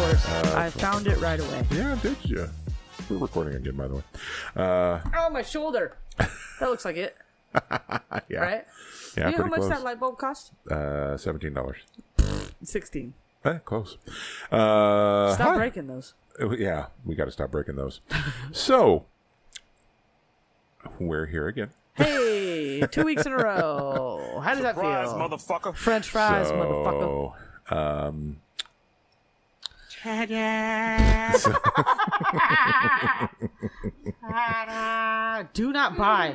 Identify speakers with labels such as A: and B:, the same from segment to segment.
A: I found it right away.
B: Yeah, did you? We're recording again, by the way. Uh,
A: Oh, my shoulder. That looks like it,
B: yeah,
A: right?
B: yeah,
A: you know how
B: pretty
A: much
B: close.
A: that light bulb cost?
B: uh, seventeen dollars.
A: Sixteen.
B: Eh, close. Uh,
A: Stop
B: hi.
A: breaking those.
B: Uh, Yeah, we got to stop breaking those. so we're here again.
A: Hey, two weeks in a row. How does that
C: Surprise,
A: feel?
C: motherfucker.
A: French fries, motherfucker.
B: so, um,
A: Ah, do not buy.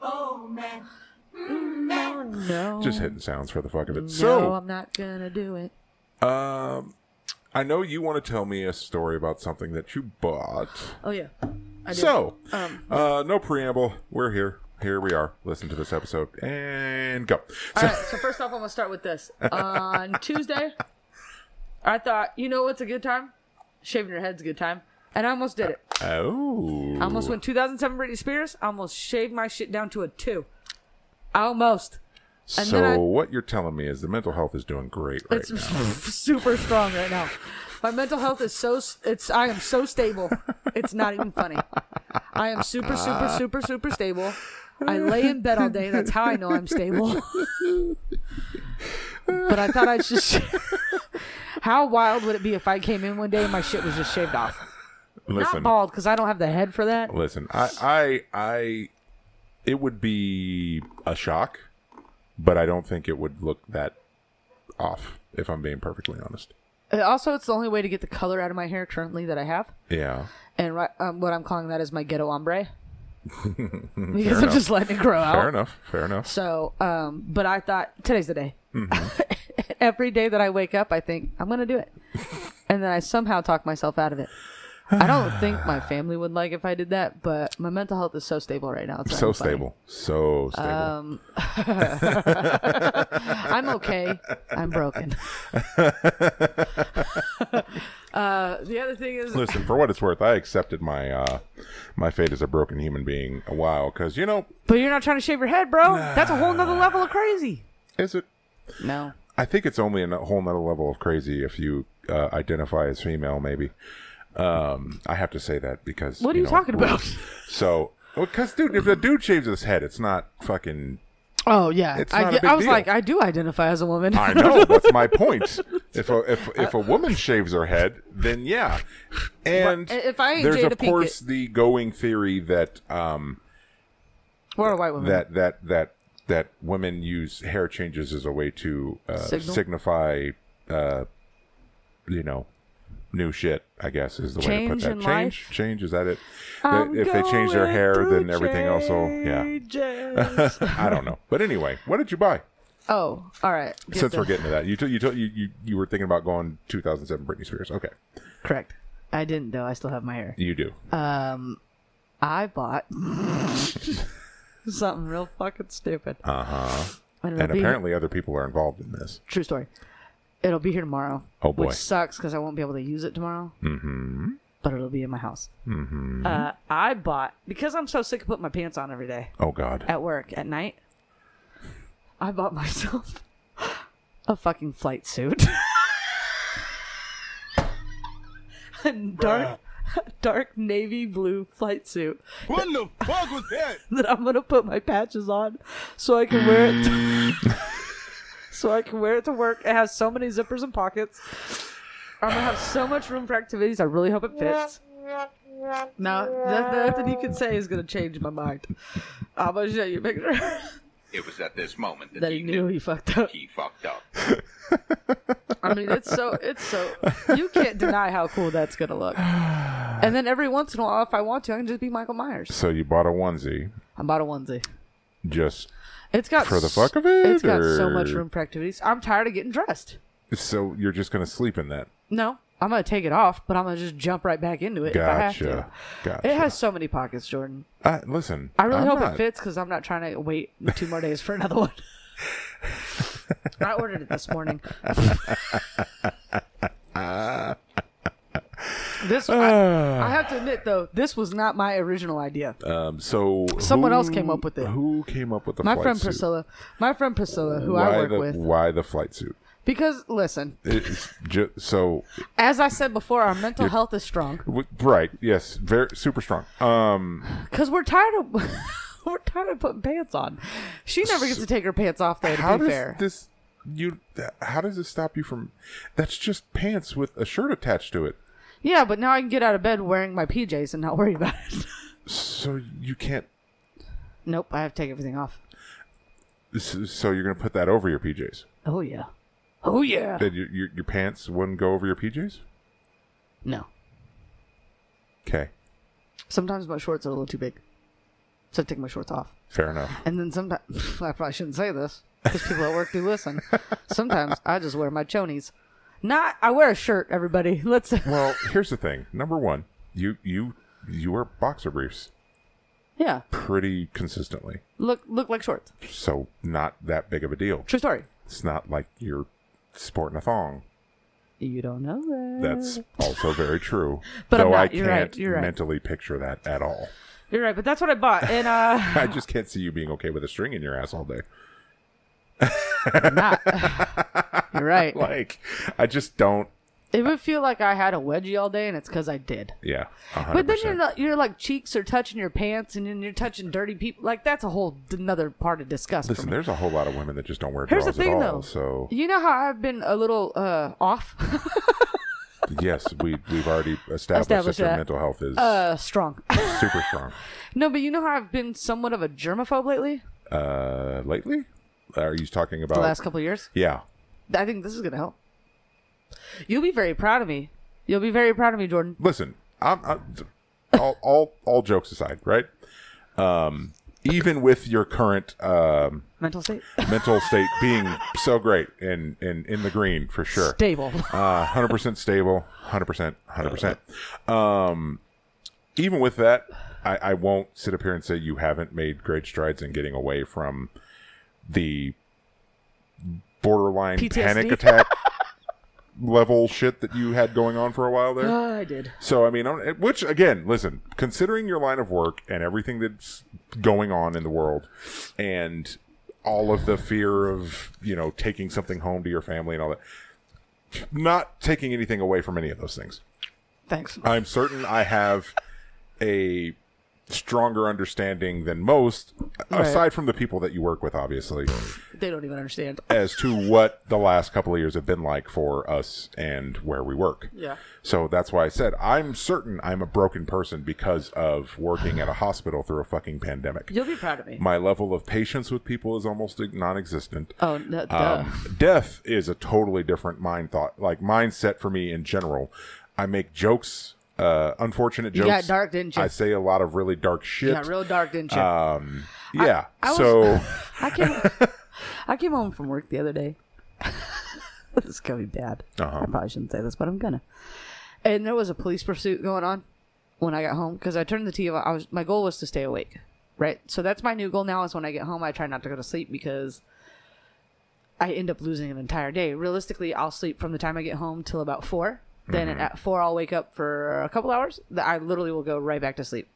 A: Oh man. No,
B: just hitting sounds for the fuck
A: Mm,
B: of it.
A: no,
B: so,
A: I'm not gonna do it.
B: um, I know you want to tell me a story about something that you bought.
A: Oh yeah, I do.
B: So,
A: um,
B: uh, no preamble. We're here. Here we are. Listen to this episode and go.
A: all right. So first off, I'm gonna start with this. On Tuesday, I thought, you know what's a good time? Shaving your head's a good time, and I almost did it.
B: Oh,
A: I almost went 2007 Britney Spears. I almost shaved my shit down to a two. Almost. and
B: So
A: then I-
B: what you're telling me is the mental health is doing great right
A: It's
B: now.
A: super strong right now. My mental health is so it's I am so stable. It's not even funny. I am super super super super stable. I lay in bed all day. That's how I know I'm stable. but I thought I'd just How wild would it be if I came in one day and my shit was just shaved off? Not
B: Listen,
A: bald because I don't have the head for that.
B: listen. I, I, I. It would be a shock, but I don't think it would look that off. If I'm being perfectly honest.
A: Uh, Also, it's the only way to get the color out of my hair currently that I have.
B: Yeah.
A: And right, um, what I'm calling that is my ghetto ombre. because I'm just letting it grow out.
B: Fair enough. Fair enough.
A: So, um, but I thought today's the day.
B: Mm-hmm.
A: Every day that I wake up, I think I'm gonna do it, and then I somehow talk myself out of it. I don't think my family would like if I did that, but my mental health is so stable right now. It's not
B: So
A: even funny. Um,
B: stable. So stable.
A: I'm okay. I'm broken. uh, the other thing is,
B: Listen, for what it's worth, I accepted my uh, my fate as a broken human being a while because you know,
A: but you're not trying to shave your head, bro. That's a whole nother level of crazy.
B: is it?
A: No.
B: I think it's only in a whole nother level of crazy if you uh, identify as female. Maybe um, I have to say that because
A: What are you
B: know,
A: talking about?
B: rules. So, because dude, if a dude shaves his head, it's not fucking.
A: Oh yeah,
B: It's
A: I,
B: not a
A: get-
B: big
A: I was
B: deal.
A: like, I do identify as a woman.
B: I know that's my point. If a if if a woman shaves her head, then yeah. And
A: Right, if I ain't
B: there's
A: Jada
B: of course the going theory that um
A: We're a white woman.
B: that that that that women use hair changes as a way to uh,
A: Signal?
B: signify uh, you know new shit i guess is the way to put
A: Change
B: that
A: in
B: change
A: life?
B: change is that it
A: I'm
B: That if they change their
A: going
B: hair
A: through
B: then everything else will yeah
A: changes.
B: i don't know but anyway what did you buy
A: oh, all right. Get
B: since
A: the-
B: we're getting to that you took you took you, you you were thinking about going 2007 britney spears okay
A: correct. I didn't though. I still have my hair.
B: you do
A: Um, I bought something real fucking stupid. Uh huh. And, it'll
B: Uh-huh. and
A: be-
B: apparently other people are involved in this
A: true story. It'll be here tomorrow.
B: Oh, boy.
A: Which sucks because I won't be able to use it tomorrow. Mm-hmm. But it'll be in my house. Mm-hmm. Uh, I bought because I'm so sick of putting my pants on every day.
B: oh god
A: at work at night, I bought myself a fucking flight suit. a dark, dark navy blue flight suit
C: What the fuck was that?
A: that I'm gonna put my patches on so I can wear it. so I can wear it to work. It has so many zippers and pockets. I'm gonna have so much room for activities. I really hope it fits. Now, that- nothing you can say is gonna change my mind. I'm gonna show you a picture.
D: It was at this moment that,
A: that he knew he fucked up.
D: he fucked up.
A: I mean, it's so it's so you can't deny how cool that's gonna look. And then every once in a while, if I want to, I can just be Michael Myers.
B: so you bought a onesie
A: I bought a onesie.
B: just
A: It's got
B: For the
A: s-
B: fuck of it,
A: It's got so
B: or-
A: much room for activities. I'm tired of getting dressed.
B: so you're just gonna sleep in that
A: No, I'm gonna take it off, but I'm gonna just jump right back into it if I have
B: Gotcha.
A: to.
B: Gotcha.
A: It has so many pockets, Jordan.
B: Uh, listen,
A: I really
B: I'm
A: hope
B: not-
A: it fits because I'm not trying to wait two more days for another one. I ordered it this morning. this I, I have to admit though, this was not my original idea.
B: Um, so
A: Someone
B: who-
A: else came up with it.
B: Who came up with the
A: my
B: flight
A: friend
B: suit?
A: Priscilla, my friend Priscilla, who
B: why
A: I work
B: the,
A: with,
B: Why the flight suit?
A: Because listen,
B: It's ju- so
A: as I said before, our mental health is strong.
B: w- right, yes, very super strong. Um,
A: Because we're tired of we're tired of putting pants on. She never gets to take her pants off though. To
B: how
A: be
B: does
A: fair,
B: this you? How does this stop you from? That's just pants with a shirt attached to it.
A: yeah, but now I can get out of bed wearing my PJs and not worry about it.
B: So you can't.
A: nope, I have to take everything off.
B: s- So you're gonna put that over your PJs?
A: Oh yeah, oh yeah.
B: Then your your, your pants wouldn't go over your PJs?
A: No,
B: Okay,
A: sometimes my shorts are a little too big, so I take my shorts off.
B: fair enough.
A: And then sometimes I probably shouldn't say this because people at work do listen. Sometimes I just wear my chonies. Not I wear a shirt. Everybody, let's.
B: Well, here's the thing. Number one, you you you wear boxer briefs
A: Yeah,
B: pretty consistently,
A: look look like shorts.
B: so not that big of a deal.
A: True story.
B: It's not like you're sporting a thong.
A: You don't know that.
B: That's also very true.
A: Mm. But I'm
B: though I
A: not. You're right.
B: can't
A: You're right.
B: mentally picture that at all.
A: You're right, but that's what I bought. And uh,
B: I just can't see you being okay with a string in your ass all day.
A: I'm not. You're right.
B: Like, I just don't.
A: It would feel like I had a wedgie all day, and it's because I did.
B: Yeah, 100%.
A: But then you're not, you're like cheeks are touching your pants, and then you're touching dirty people. Like that's a whole another part of disgust. for
B: Listen,
A: me.
B: there's a whole lot of women that just don't wear
A: Here's the
B: drawers
A: thing,
B: at all.
A: though.
B: So
A: You know how I've been a little uh, off,
B: yes, we we've already established,
A: Established
B: that your
A: that.
B: mental health is
A: uh, strong.
B: super strong.
A: no, but you know how I've been somewhat of a germaphobe lately.
B: Uh, lately, are you talking about?
A: The last couple of years,
B: yeah,
A: I think this is gonna help. You'll be very proud of me. You'll be very proud of me, Jordan.
B: listen, I'm, I'm all, all all jokes aside, right? Um, even with your current um,
A: Mental state
B: mental state being so great and and in the green for sure,
A: stable.
B: uh, hundred percent stable, hundred percent, hundred percent. Um, even with that, I, I won't sit up here and say you haven't made great strides in getting away from the borderline
A: PTSD.
B: panic attack level shit that you had going on for a while there.
A: Uh, I did.
B: So I mean, I'm- which again, listen, considering your line of work and everything that's going on in the world, and all of the fear of you know taking something home to your family and all that, not taking anything away from any of those things.
A: Thanks.
B: I'm certain I have a stronger understanding than most, aside from the people that you work with, obviously,
A: They don't even understand.
B: as to what the last couple of years have been like for us and where we work.
A: Yeah.
B: So that's why I said I'm certain I'm a broken person because of working at a hospital through a fucking pandemic.
A: You'll be proud of me.
B: My level of patience with people is almost non-existent.
A: Oh, no, duh.
B: Um, death is a totally different mind thought, like mindset for me in general. I make jokes, uh, unfortunate
A: You got
B: jokes.
A: dark, didn't you?
B: I say a lot of really dark shit.
A: got real dark, didn't you?
B: um, yeah.
A: I was-
B: so
A: I came, I came home from work the other day. this is gonna be bad.
B: Uh-huh.
A: I probably shouldn't say this, but I'm gonna. And there was a police pursuit going on when I got home because I turned the TV. on. I was my goal was to stay awake, right? So that's my new goal now. Is when I get home, I try not to go to sleep because I end up losing an entire day. Realistically, I'll sleep from the time I get home till about four. Then
B: Mm-hmm.
A: at four, I'll wake up for a couple hours. I literally will go right back to sleep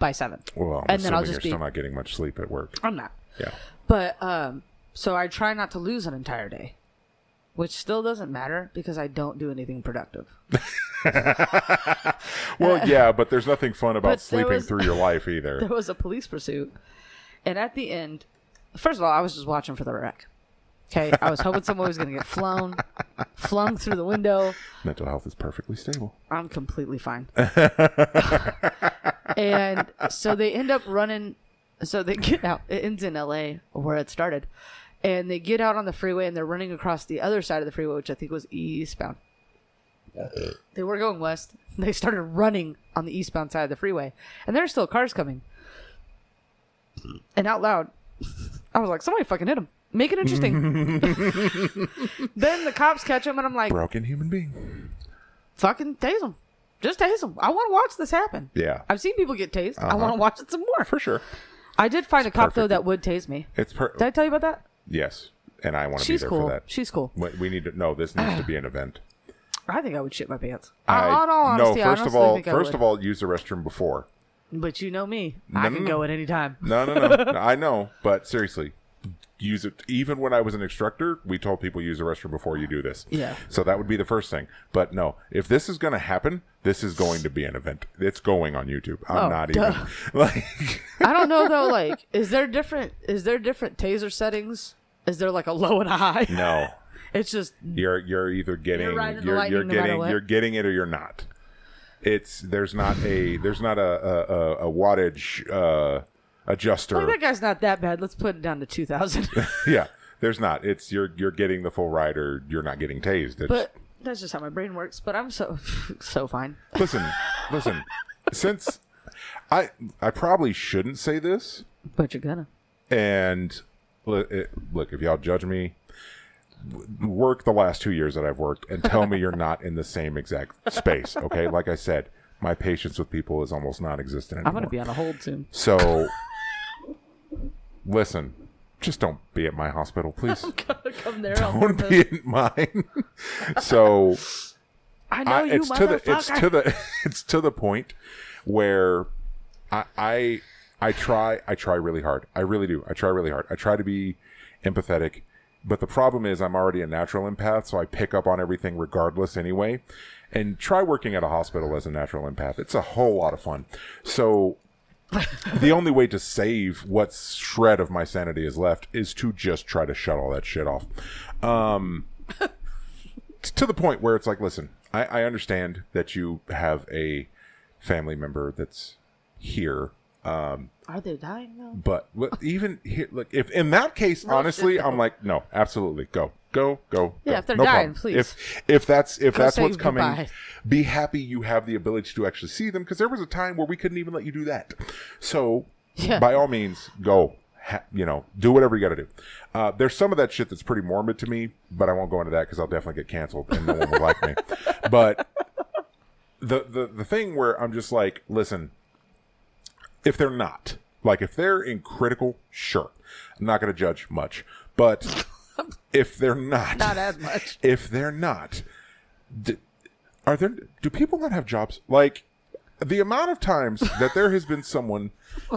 A: by seven.
B: well, I'm
A: and then I'll
B: assuming
A: just
B: you're
A: be-
B: still not getting much sleep at work.
A: I'm not.
B: Yeah.
A: But um, so I try not to lose an entire day, which still doesn't matter because I don't do anything productive.
B: Well, yeah, but there's nothing fun about
A: But there
B: sleeping
A: was-
B: through your life either.
A: There was a police pursuit, and at the end, first of all, I was just watching for the wreck. Okay, I was hoping someone was going to get flown, flung through the window.
B: Mental health is perfectly stable.
A: I'm completely fine. and so they end up running. So they get out. It ends in L.A. where it started, and they get out on the freeway and they're running across the other side of the freeway, which I think was eastbound. They were going west. They started running on the eastbound side of the freeway, and there are still cars coming. And out loud, I was like, "Somebody fucking hit him! Make it interesting." then the cops catch him, and I'm like,
B: Broken human being.
A: fucking tase them. Just tase them. I want to watch this happen.
B: Yeah.
A: I've seen people get tased. I want to watch it some more.
B: For sure.
A: I did find a cop though
B: perfect.
A: that would tase me.
B: It's per-
A: Did I tell you about that?
B: yes, and I want to be
A: She's
B: there
A: cool.
B: for that.
A: She's cool.
B: We- We need to no. This needs to be an event.
A: I think I would shit my pants.
B: I-
A: I, in all honesty, I
B: no, first of
A: honestly
B: all,
A: think I
B: first
A: would.
B: of all, use the restroom before.
A: but you know me. I
B: no,
A: can
B: no.
A: go at any time.
B: No, no, no. No, I know, but seriously, use it. Even when I was an instructor, we told people use the restroom before you do this.
E: Yeah.
B: So that would be the first thing. But no, if this is going to happen, this is going to be an event. It's going on YouTube. I'm
A: Oh,
B: not
A: duh.
B: even like.
A: I don't know though. Like, is there different? Is there different taser settings? Is there like a low and a high?
B: No,
A: It's just
B: you're you're either getting
A: You're
B: you're,
A: riding the
B: you're,
A: lightning no matter
B: getting
A: what.
B: you're getting it or you're not. It's there's not a there's not a a, a, a wattage uh, adjuster.
E: That guy's not that bad. Let's put it down to 2,000.
B: yeah, there's not. It's you're you're getting the full ride or you're not getting tased. It's,
E: but that's just how my brain works. But I'm so so fine.
B: listen, listen. Since I I probably shouldn't say this,
E: But you're gonna.
B: and li- it- look if y'all judge me w- work the last two years that i've worked and tell me you're not in the same exact space okay like i said my patience with people is almost non-existent
E: I'm
B: anymore.
E: gonna be on a hold soon.
B: so listen just don't be at my hospital please
E: Come there.
B: don't be in mine so
E: I know
B: I-
E: you,
B: it's to the it's
E: motherfucker.
B: to the it's to the point where I, I I try I try really hard. I really do. I try really hard. I try to be empathetic, but the problem is I'm already a natural empath, so I pick up on everything regardless anyway. And try working at a hospital as a natural empath. It's a whole lot of fun. So the only way to save what shred of my sanity is left is to just try to shut all that shit off. Um, t- to the point where it's like, listen, I, I understand that you have a family member that's here. Um,
A: are they dying though?
B: but li- even here, like if in that case, honestly, I'm like, no, absolutely, go, go, go.
A: Yeah,
B: go.
A: if they're
B: No
A: dying,
B: problem.
A: please.
B: If if that's if
A: Go
B: that's
A: say
B: what's coming,
A: goodbye.
B: be happy you have the ability to actually see them because there was a time where we couldn't even let you do that. So
A: Yeah.
B: by all means, go. Ha- you know, do whatever you got to do. Uh, there's some of that shit that's pretty morbid to me, but I won't go into that because I'll definitely get canceled and no one will like me. But the, the the thing where I'm just like, listen, if they're not, like if they're in critical, sure, I'm not going to judge much. But if they're not,
E: Not as much.
B: if they're not, d are there? Do people not have jobs? Like the amount of times that there has been someone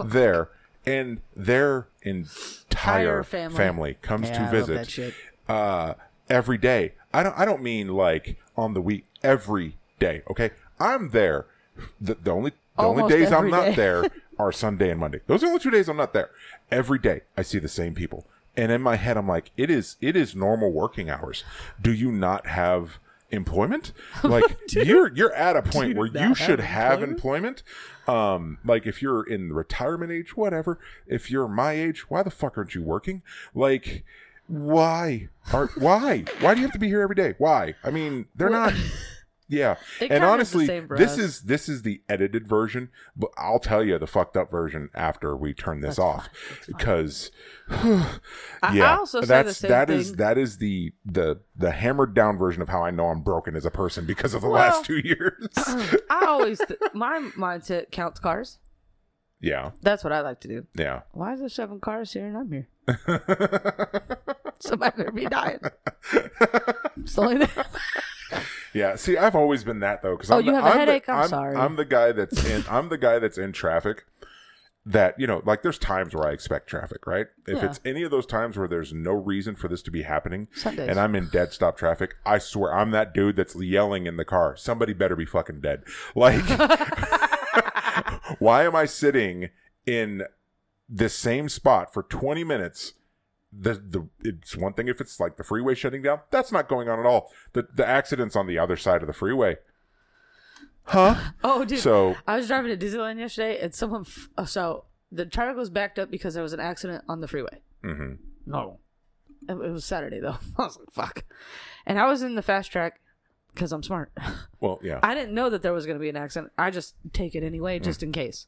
B: there and their entire
A: Entire family.
B: comes
E: Yeah, I
B: to
E: love
B: visit
E: that shit.
B: uh, every day. I don't. I don't mean like on the week. Every day. Okay, I'm there. The, the only the
E: Almost
B: only days I'm
E: every
B: not
E: day.
B: there are Sunday and Monday. Those are the only two days I'm not there. Every day I see the same people, and in my head I'm like, it is it is normal working hours. Do you not have employment? Like you're you're at a point where you
E: not
B: should
E: have
B: have employment. Um, like if you're in the retirement age, whatever. If you're my age, why the fuck aren't you working? Like. Why are why why do you have to be here every day? Why? I mean, they're not. Yeah, and
A: kinda is the
B: honestly,
A: same for
B: this
A: us.
B: is is- this is the edited version, but I'll tell you the fucked up version after we turn this off because
A: I
B: yeah,
A: also say the
B: that's
A: same
B: that is-
A: thing.
B: that is the the the hammered down version of how I know I'm broken as a person because of the last two years.
A: I always th- my mindset counts cars.
B: yeah,
A: That's what I like to do.
B: yeah.
A: Why is there seven cars here and I'm here? Somebody better be dying. It's the only thing-
B: Yeah, see, I've always been that though. Because
A: Oh,
B: I'm
A: you
B: the,
A: have a
B: I'm the-
A: headache? I'm
B: I'm
A: sorry.
B: I'm the guy that's in. I'm the guy that's in traffic. That you know, like there's times where I expect traffic, right? If
A: Yeah.
B: it's any of those times where there's no reason for this to be happening,
A: Sundays.
B: and I'm in dead stop traffic, I swear I'm that dude that's yelling in the car. Somebody better be fucking dead. Like, why am I sitting in this same spot for 20 minutes? the the it's one thing if it's like the freeway shutting down. That's not going on at all. The the accidents on the other side of the freeway. Huh?
A: Oh, dude.
B: So
A: I was driving to Disneyland yesterday, and someone. F- oh, so the trailer was backed up because there was an accident on the freeway.
B: mhm.
A: No, it, it was Saturday though. I was like, "Fuck!" And I was in the fast track because I'm smart.
B: well, yeah.
A: I didn't know that there was going to be an accident. I just take it anyway,
B: Hmm.
A: just in case.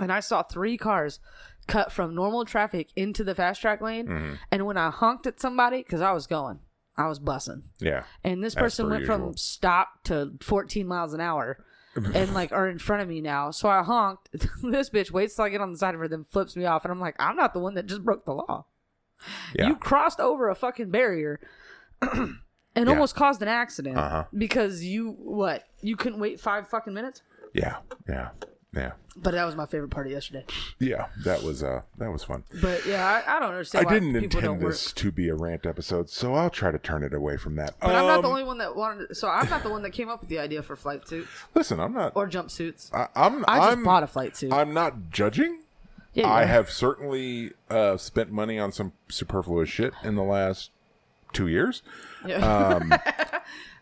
A: And I saw three cars cut from normal traffic into the fast track lane.
B: Hmm.
A: And when I honked at somebody, because I was going, I was bussing.
B: yeah.
A: And this
B: As
A: person
B: per
A: went
B: usual.
A: from stop to 14 miles an hour and like are in front of me now. So I honked. this bitch waits till I get on the side of her, then flips me off. And I'm like, I'm not the one that just broke the law.
B: Yeah.
A: You crossed over a fucking barrier and
B: Yeah.
A: almost caused an accident
B: Uh-huh.
A: because you, what? You couldn't wait five fucking minutes?
B: yeah. Yeah. Yeah.
A: But that was my favorite part of yesterday.
B: Yeah. That was uh that was fun.
A: But yeah, I, I don't understand.
B: I
A: why
B: didn't
A: people
B: intend
A: don't work.
B: this to be a rant episode, so I'll try to turn it away from that.
A: But I'm not the
B: Um,
A: only one that wanted. so I'm not the one that came up with the idea for flight suits
B: Listen, I'm not
A: or jumpsuits.
B: I, I'm
A: I just
B: am
A: bought a flight suit.
B: I'm not judging.
A: Yeah, you
B: I
A: are.
B: have certainly uh, spent money on some superfluous shit in the last two years. Um, I,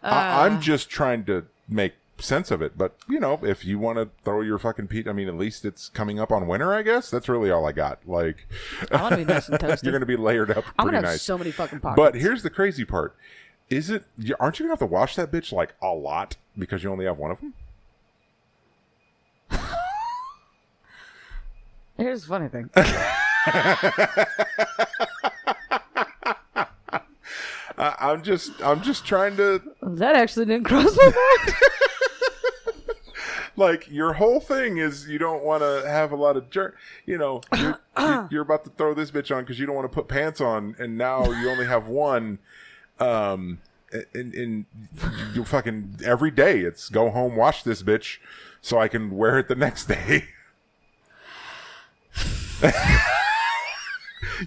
A: Uh.
B: I'm just trying to make sense of it. But, you know, if you want to throw your fucking peat, I mean, at least it's coming up on winter, I guess. That's really all I got. Like,
A: I want to be nice and toasty.
B: you're going to be layered up
A: I'm gonna
B: pretty
A: have
B: nice.
A: so many fucking pockets.
B: but here's the crazy part. Is it, you- aren't you going to have to wash that bitch like a lot because you only have one of them?
F: Here's the funny thing.
B: I, I'm just, I'm just trying to
F: that actually didn't cross my mind.
B: like your whole thing is you don't want to have a lot of jerk you know you're, you- you're about to throw this bitch on because you don't want to put pants on and now you only have one um and, and you fucking every day it's go home wash this bitch so i can wear it the next day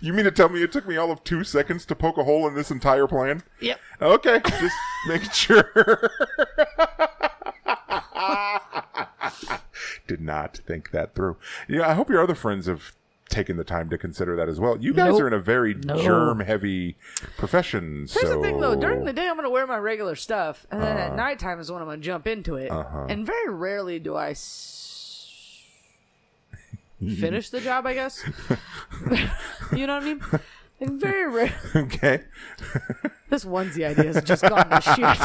B: you mean to tell me it took me all of two seconds to poke a hole in this entire plan
A: Yep.
B: okay just making sure did not think that through. Yeah, I hope your other friends have taken the time to consider that as well. You guys
A: Nope.
B: are in a very germ-heavy profession.
A: Here's
B: so... Uh-huh.
A: the thing, though. During the day, I'm going to wear my regular stuff, and then at nighttime is when I'm going to jump into it. And very rarely do I s- finish the job. I guess. you know what I mean? Like, very rare.
B: okay,
A: This onesie idea has just gone to shit.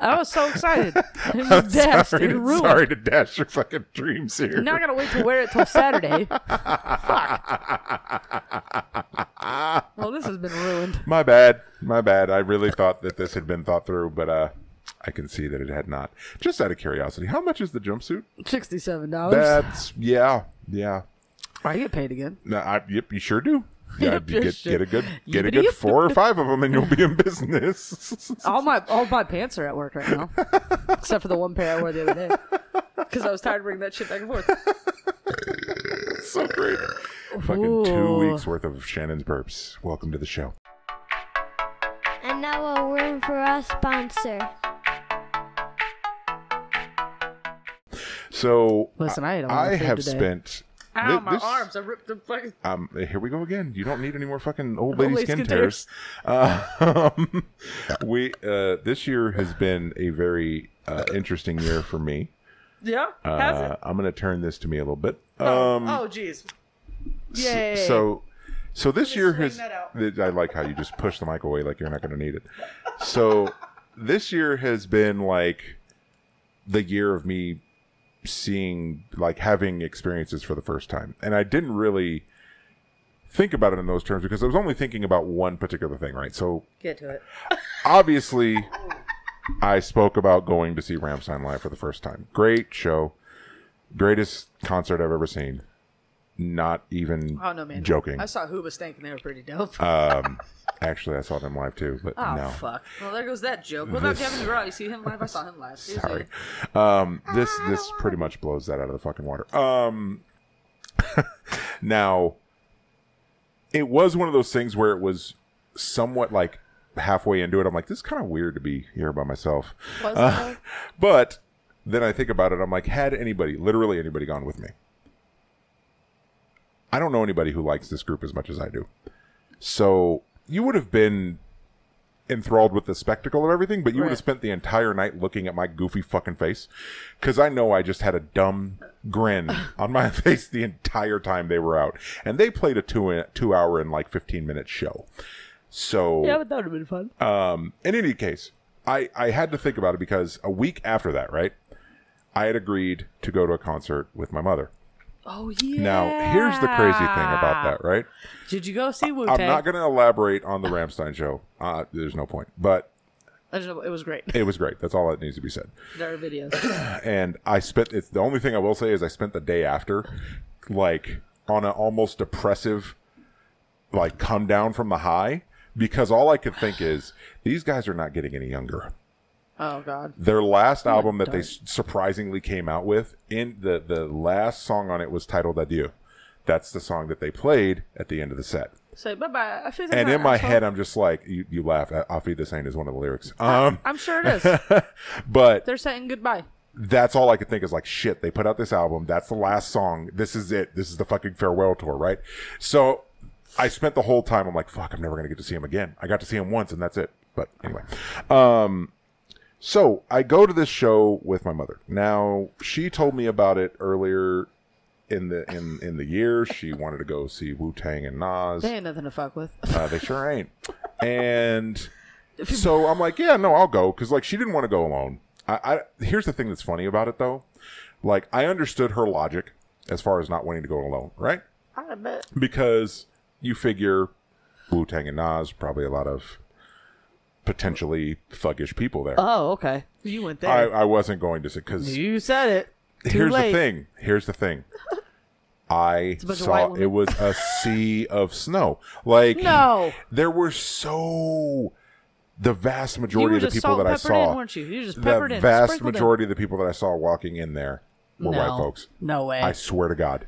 A: I was so excited. It was dashed.
B: sorry,
A: It
B: to,
A: ruined.
B: sorry to dash your fucking dreams here.
A: Now I gotta wait to wear it till Saturday. Fuck. Well, this has been ruined.
B: My bad, my bad. I really thought that this had been thought through, but uh, I can see that it had not. Just out of curiosity, how much is the jumpsuit?
A: Sixty-seven dollars.
B: That's yeah, yeah.
A: I get paid again.
B: No, I, yep, you sure do. Yeah,
A: Yep,
B: you
A: you
B: get,
A: sure-
B: get a good get a
A: Yippity
B: good
A: yip.
B: four or five of them, and you'll be in business.
A: All my all my pants are at work right now, except for the one pair I wore the other day because I was tired of bringing that shit back and forth.
B: so great. Fucking two
A: Ooh.
B: weeks worth of Shannon's burps. Welcome to the show.
G: And now a word for our sponsor.
B: So
A: Listen, I ate a lot of
B: I
A: food
B: have
A: today.
B: spent.
A: Ow,
B: thi-
A: my
B: this-
A: arms! I ripped the fucking.
B: Um, here we go again. You don't need any more fucking old lady
A: lady
B: skin
A: skin
B: tears. Uh, we uh, this year has been a very uh, interesting year for me.
A: Yeah.
B: Uh, I'm going to turn this to me a little bit. Um,
A: oh, jeez.
B: S-
A: Yay.
B: So, so this year has.
A: that out.
B: th- I like how you just push the mic away like you're not going to need it. So, this year has been like the year of me seeing, like, having experiences for the first time, and I didn't really think about it in those terms because I was only thinking about one particular thing, right? So,
A: Get to it.
B: obviously, I spoke about going to see Ramstein live for the first time. Great show, greatest concert I've ever seen. Not even
A: Oh no, man.
B: joking. Um,
A: I saw Hooba Stank and they were pretty dope.
B: Actually, I saw them live too, but
A: oh
B: no.
A: fuck. Well, there goes that joke. What about
B: This-
A: Kevin Durant? You see him live? I saw him live. He was
B: Sorry.
A: good.
B: Um, this this pretty much blows that out of the fucking water. Um, now, it was one of those things where it was somewhat like halfway into it. I'm like, this is kind of weird to be here by myself.
A: Was
B: Uh,
A: it?
B: But then I think about it. I'm like, had anybody, literally anybody, gone with me? I don't know anybody who likes this group as much as I do. So you would have been enthralled with the spectacle of everything, but you would
A: Right.
B: have spent the entire night looking at my goofy fucking face because I know I just had a dumb grin on my face the entire time they were out, and they played a two two hour and like fifteen minute show. So
F: yeah, but that would have been fun.
A: Uh,
B: um, in any case, I, I had to think about it because a week after that, right, I had agreed to go to a concert with my mother.
A: Oh yeah.
B: Now, here's the crazy thing about that, right?
A: Did you go see Wu
B: I'm not
A: Tang?
B: going to elaborate on the Ramstein show. Uh, there's no point, but
A: It was great.
B: it was great. That's all that needs to be said.
A: There are videos.
B: And I spent, it's the only thing I will say is I spent the day after, like, on an almost depressive, like, come down from the high because all I could think is these guys are not getting any younger.
H: Oh God.
B: Their last album that they s- surprisingly came out with, in the the last song on it was titled "Adieu." That's the song that they played at the end of the set.
H: Say bye bye. I feel
B: And in my head, I'm just like, you, you laugh. "Afi the Saint" is one of the lyrics. Um,
H: I'm sure it is.
B: but
H: They're saying goodbye.
B: that's all I could think is like, shit, they put out this album. That's the last song. This is it. This is the fucking farewell tour, right? So I spent the whole time, I'm like, fuck, I'm never going to get to see him again. I got to see him once and that's it. But anyway. Um, so I go to this show with my mother. Now, she told me about it earlier in the in in the year. She wanted to go see Wu Tang and Nas.
H: They ain't nothing to fuck with.
B: Uh, they sure ain't. And so I'm like, yeah, no, I'll go because like she didn't want to go alone. I, I here's the thing that's funny about it though, like I understood her logic as far as not wanting to go alone, right?
H: I bet.
B: Because you figure Wu Tang and Nas probably a lot of potentially thuggish people there.
A: Oh, okay. You went
B: I,
A: there.
B: I wasn't going to say because
A: you said it. Too
B: here's
A: late.
B: the thing. Here's the thing. I
H: bunch of white
B: saw
H: women.
B: it was a sea of snow. Like
H: No.
B: there were so the vast
H: You
B: majority
H: were
B: of the
H: just
B: people
H: salt
B: that I
H: peppered in,
B: saw,
H: weren't you? You just peppered
B: the
H: in.
B: vast
H: sprinkled in.
B: majority of the people that I saw walking in there were
H: no.
B: white folks.
H: No way.
B: I swear to God.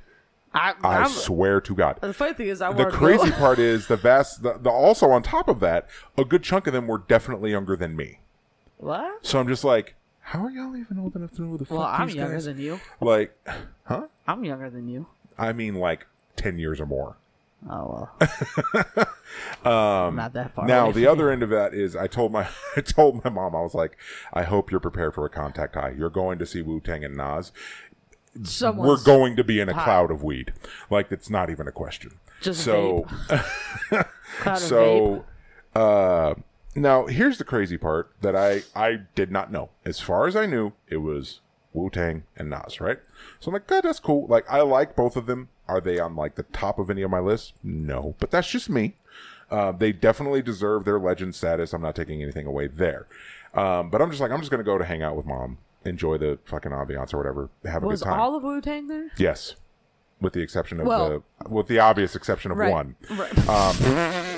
H: I,
B: I
H: I'm-
B: swear to God.
H: the funny thing is, I
B: The
H: wore a
B: crazy
H: girl-
B: part is the vast. The, the also on top of that, a good chunk of them were definitely younger than me.
H: What?
B: So I'm just like, how are y'all even old enough to know who the fuck
H: Well, I'm
B: these
H: younger
B: guys?
H: than you.
B: like,
H: I'm younger than you.
B: I mean, like ten years or more.
H: Oh well. um, not that far.
B: Now
H: away
B: the
H: from
B: other end of that is I told my I told my mom I was like I hope you're prepared for a contact high. You're going to see Wu Tang and Nas.
H: you. Someone's-
B: We're going to be in a cloud of weed. Like it's not even a question.
H: Just
B: so
H: cloud of vape.
B: so uh now here's the crazy part that I I did not know. As far as I knew, it was Wu Tang and Nas, right? So I'm like, God, that's cool. Like I like both of them. Are they on like the top of any of my list? No, but that's just me. Uh, they definitely deserve their legend status. I'm not taking anything away there. Um, but I'm just like, I'm just gonna go to hang out with mom, enjoy the fucking ambiance or whatever, have a
H: was
B: good time.
H: all of Wu Tang there?
B: yes, with the exception of
H: Well-
B: the with the obvious exception of
H: Right.
B: one. Uh,
H: Right.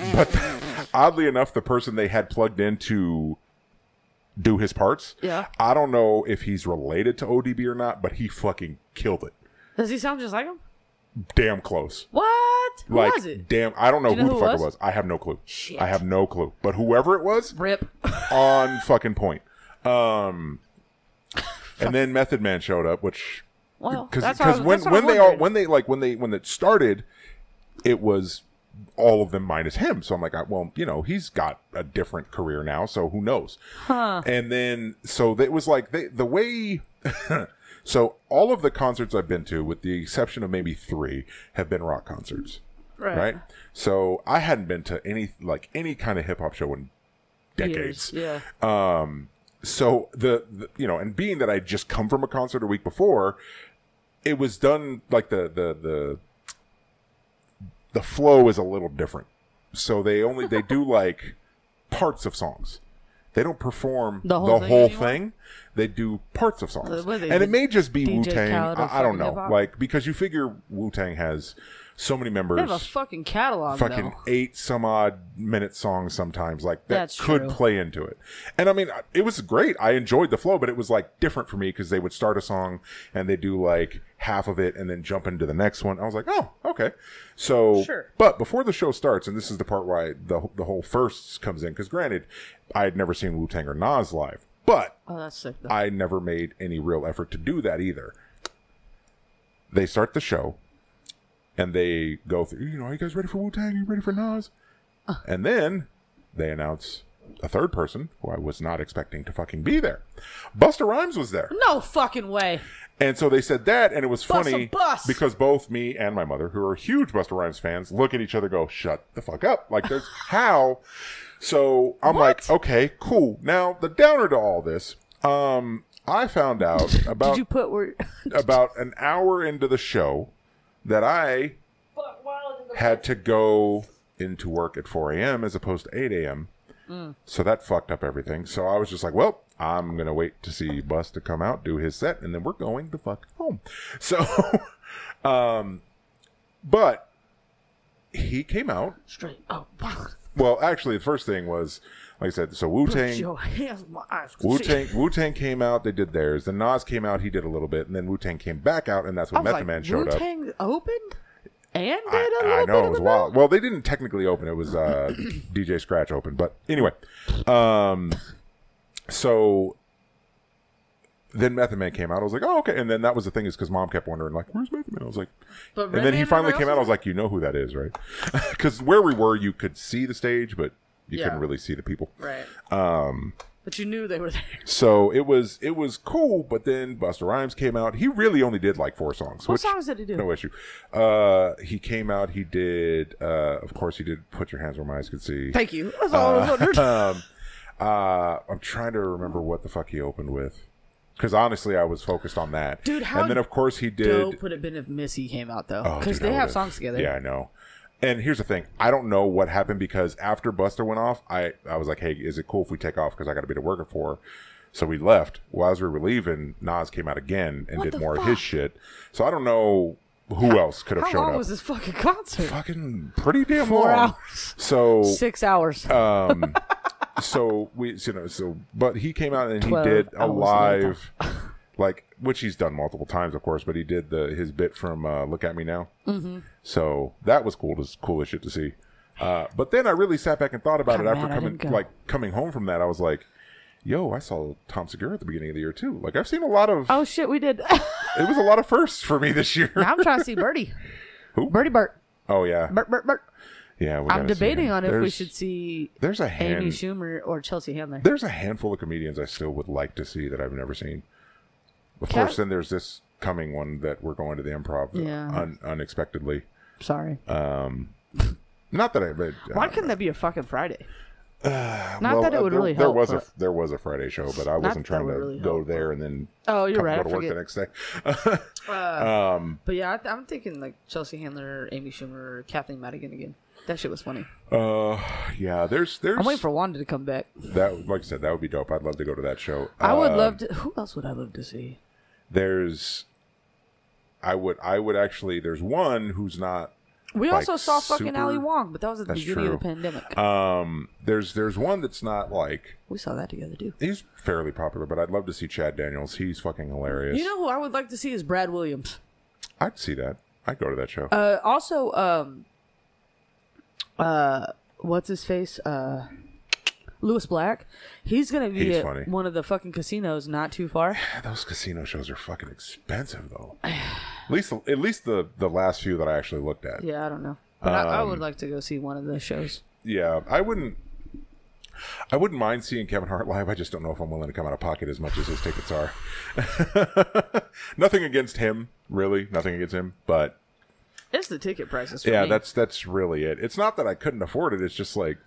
B: Oddly enough, the person they had plugged in to do his parts.
H: Yeah.
B: I don't know if he's related to ODB or not, but he fucking killed it.
H: Does he sound just like him?
B: Damn close.
H: What? Who
B: like
H: was it?
B: damn, I don't know,
H: Do you know
B: who the
H: who it
B: fuck it
H: was?
B: was. I have no clue.
H: Shit.
B: I have no clue. But whoever it was,
H: Rip.
B: on fucking point. Um, and then Method Man showed up, which
H: Well,
B: because
H: that's what I was-
B: when
H: that's what
B: when
H: I'm
B: they all
H: wondering.
B: when they like when they when it started, it was all of them minus him. So I'm like, I- well, you know, he's got a different career now, so who knows? And then so it was like they, the way. so all of the concerts I've been to, with the exception of maybe three, have been rock concerts
H: Right.
B: right? So I hadn't been to any like any kind of hip hop show in decades.
H: Years. Yeah.
B: Um, So the, the you know, and being that I just come from a concert a week before, it was done like the the the the flow is a little different. So they only they do like parts of songs. They don't perform
H: The
B: the whole,
H: whole thing
B: thing,
H: anymore?
B: They do parts of songs,
H: Uh, what are they,
B: and
H: the
B: it may just be
H: DJ
B: Wu Tang.
H: Khaled of
B: I, I don't
H: fucking
B: know,
H: hip-hop?
B: like because you figure Wu Tang has so many members
H: They have a fucking catalog
B: fucking
H: though.
B: eight some odd minute songs sometimes like that
H: That's
B: could
H: true.
B: play into it and i mean it was great i enjoyed the flow but it was like different for me because they would start a song and they do like half of it and then jump into the next one i was like oh okay so
H: Sure.
B: but before the show starts and this is the part why the, the whole first comes in because granted i had never seen wu-tang or nas live but
H: Oh, that's sick. Though.
B: I never made any real effort to do that either. They start the show and they go through, you know, are you guys ready for Wu Tang? Are you ready for Nas? And then they announce a third person who I was not expecting to fucking be there. Buster Rhymes was there.
H: no fucking way.
B: And so they said that, and it was
H: Bus a
B: funny
H: bus.
B: because both me and my mother, who are huge Buster Rhymes fans, look at each other, and go, "Shut the fuck up!" Like there's how. So I'm like, okay, cool. Now the downer to all this, um, I found out about
H: Did you put where?
B: about an hour into the show that I had to go into work at 4 a.m. as opposed to 8 a.m.
A: Mm.
B: So that fucked up everything. So I was just like, well, I'm going to wait to see Bus to come out, do his set, and then we're going the fuck home. So, um, but he came out.
H: Straight. Oh, wow.
B: Well, actually, the first thing was, like I said, so Wu Tang,
A: Your hands, my eyes.
B: Wu Tang, Wu Tang came out. They did theirs. Then Nas came out. He did a little bit, and then Wu Tang came back out, and that's when
A: I was
B: Method
A: like,
B: Man showed up.
A: Wu-Tang opened and did a
B: I, I
A: little bit
B: know
A: of
B: it was
A: the
B: wild. Well, they didn't technically open; it was uh, DJ Scratch open. But anyway, um, so then Method Man came out. I was like, "Oh, okay." And then that was the thing is because Mom kept wondering, like, "Where's Method Man?" I was like,
A: But
B: and
A: Red
B: then he
A: Man
B: finally
A: never
B: came
A: else
B: out. I was like, "You know who that is, right?" Because where we were, you could see the stage, but you
A: Yeah.
B: couldn't really see the people.
A: Right. Um. But you knew they were there.
B: So it was it was cool. But then Buster Rhymes came out. He really only did like four songs.
A: What
B: which-
A: songs did he do?
B: no issue. Uh, he came out. He did. Uh, of course, he did. Put your hands where my eyes could see.
A: Thank you. That's all I was wondering.
B: Um, uh, I'm trying to remember what the fuck he opened with, because honestly, I was focused on that.
A: Dude, how
B: and then of course he did.
A: Dope would have been if Missy came out though,
B: Oh,
A: because
B: dude, I
A: they have
B: would've-
A: songs together.
B: Yeah, I know. And here's the thing: I don't know what happened because after Buster went off, I I was like, "Hey, is it cool if we take off? Because I got to be to working for." So we left. Well, as we were leaving, Nas came out again and did more of his shit. So I don't know who else could have
A: How
B: shown
A: long
B: up.
A: was this fucking concert?
B: Fucking pretty damn
A: Four
B: long.
A: hours.
B: So
A: Six hours.
B: um, so we, you know, so but he came out and he
A: Twelve
B: did a
A: hours later.
B: live, like which he's done multiple times, of course. But he did the his bit from uh, "Look at Me Now," mm-hmm. so that was cool. To, cool as shit to see. Uh, but then I really sat back and thought about it
A: I'm
B: after
A: mad I
B: coming,
A: didn't go.
B: like coming home from that. I was like, "Yo, I saw Tom Segura at the beginning of the year too. Like I've seen a lot of.
A: oh shit, we did.
B: It was a lot of firsts for me this year.
A: I'm trying to see Birdie.
B: Who?
A: Birdie Burt.
B: Oh yeah,
A: Burt Burt Burt.
B: yeah. we
A: I'm
B: gotta see
A: debating
B: him.
A: on if we
B: There's-
A: should see
B: There's a
A: Amy
B: hand.
A: Schumer or Chelsea Handler.
B: There's a handful of comedians I still would like to see that I've never seen. Of
A: Cat-
B: course, then there's this coming one that we're going to the improv
A: Yeah.
B: un- unexpectedly.
A: Sorry.
B: Uh, Not that I, but uh,
A: Why couldn't that be a fucking Friday? not
B: well,
A: that it
B: uh,
A: would
B: there,
A: really
B: there
A: help,
B: Was a,
A: but-
B: there was a Friday show, but I wasn't
A: that that
B: trying to
A: would really
B: go
A: help,
B: there and then
A: Oh, you're
B: come-
A: right. I
B: go to work the
A: forget.
B: next day.
A: But yeah, I th- I'm thinking like Chelsea Handler, Amy Schumer, Kathleen Madigan again. That shit was funny.
B: Uh, yeah, there's there's
A: I'm waiting for Wanda to come back.
B: that. Like I said, that would be dope. I'd love to go to that show.
A: I would
B: Uh,
A: love to. Who else would I love to see?
B: There's, I would I would actually there's one who's not
A: We
B: like,
A: also saw fucking
B: super-
A: Ali Wong, but that was at the
B: That's
A: beginning of the
B: true.
A: pandemic.
B: um there's there's one that's not like
A: we saw that together too.
B: he's fairly popular, but I'd love to see Chad Daniels. He's fucking hilarious.
A: You know who I would like to see is Brad Williams.
B: I'd see that. I'd go to that show.
A: Uh, also, um, uh, what's his face? Uh, Lewis Black. He's gonna be
B: He's
A: at
B: funny.
A: one of the fucking casinos not too far.
B: Those casino shows are fucking expensive though. at least, at least the the last few that I actually looked at. Yeah,
A: Yeah, I don't know, but I,
B: Um,
A: I would like to go see one of those shows.
B: I wouldn't. I wouldn't mind seeing Kevin Hart live. I just don't know if I'm willing to come out of pocket as much as his tickets are. Nothing against him, really. Nothing against him, but
A: It's the ticket prices. For
B: yeah,
A: me.
B: that's that's really it. It's not that I couldn't afford it. It's just like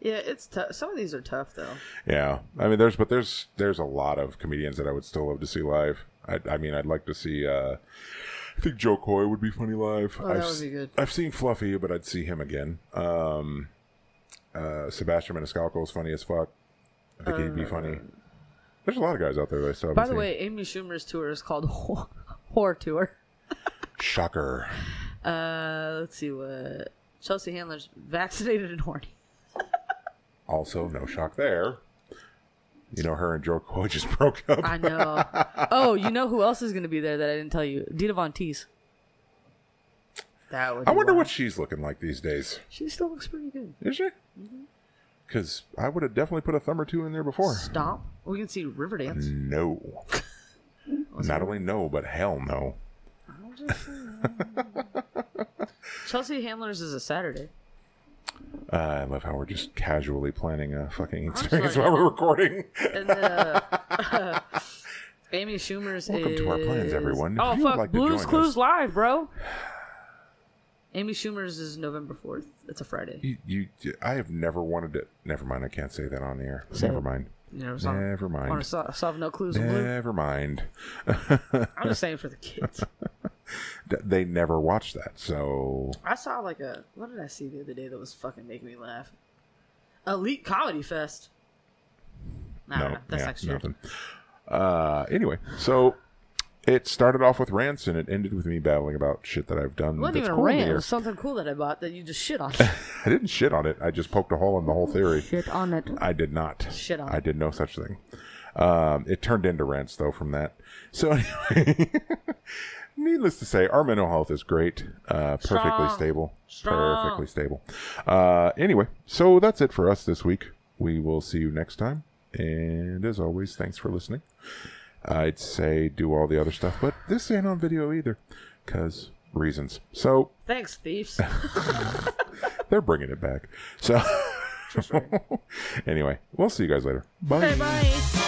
A: yeah. It's tough. Some of these are tough though.
B: Yeah, I mean, there's but there's there's a lot of comedians that I would still love to see live. I, I mean, I'd like to see. Uh, I think Joe Coy would be funny live.
A: Oh, that
B: I've,
A: would
B: s-
A: be good.
B: I've seen Fluffy, but I'd see him again. Um, uh, Sebastian Maniscalco is funny as fuck. I think
A: Oh
B: he'd be funny. There's a lot of guys out there that I still haven't
A: By the
B: seen.
A: way, Amy Schumer's tour is called Whore, Whore Tour.
B: Shocker.
A: Uh, let's see what Chelsea Handler's vaccinated and horny.
B: Also, no shock there. You know, her and Joe Coy just broke up.
A: I know. oh, you know who else is going to be there that I didn't tell you? Dita Von Teese. That would.
B: I
A: be
B: wonder
A: wild.
B: what she's looking like these days.
A: She still looks pretty good.
B: Is she? Because I would have definitely put a thumb or two in there before.
A: Stomp. We can see Riverdance.
B: Mm. No. Not only no, but hell no.
A: I'm just saying. Chelsea Handler's is a Saturday.
B: Uh, I love how we're just casually planning a fucking experience
A: sorry.
B: while we're recording.
A: And uh, Amy Schumer's
B: Welcome
A: is...
B: to our plans, everyone. If
A: Oh
B: you would
A: fuck,
B: like to
A: Blues
B: join
A: Clues
B: us-
A: live, bro. Amy Schumer's is November fourth. It's a Friday.
B: You, you, I have never wanted to. Never mind. I can't say that on the air. Never mind.
A: You know, so
B: Never
A: On a
B: mind.
A: so- solve no clues in blue.
B: Never mind.
A: I'm just saying for the kids.
B: Th- They never watched that, so
A: I saw like a what did I see the other day that was fucking making me laugh? Elite Comedy Fest. Nah,
B: no,
A: nah, Ah, that's
B: yeah,
A: next year.
B: nothing. Uh, anyway, so It started off with rants and it ended with me babbling about shit that I've done.
H: It wasn't
B: that's
H: even a
B: cool in the
H: rant. It
B: year.
H: was something cool that I bought that you just shit on.
B: I didn't shit on it. I just poked a hole in the whole theory.
H: shit on it.
B: I did not.
H: Shit on
B: I
H: it.
B: did no such thing. Um, it turned into rants though from that. So anyway, needless to say, our mental health is great. Uh, perfectly stable. Perfectly stable. Uh, anyway, so that's it for us this week. We will see you next time. And as always, thanks for listening. I'd say do all the other stuff, but this ain't on video either, cause reasons. So
H: Thanks, thieves.
B: they're bringing it back. So anyway, we'll see you guys later. Bye.
H: Bye.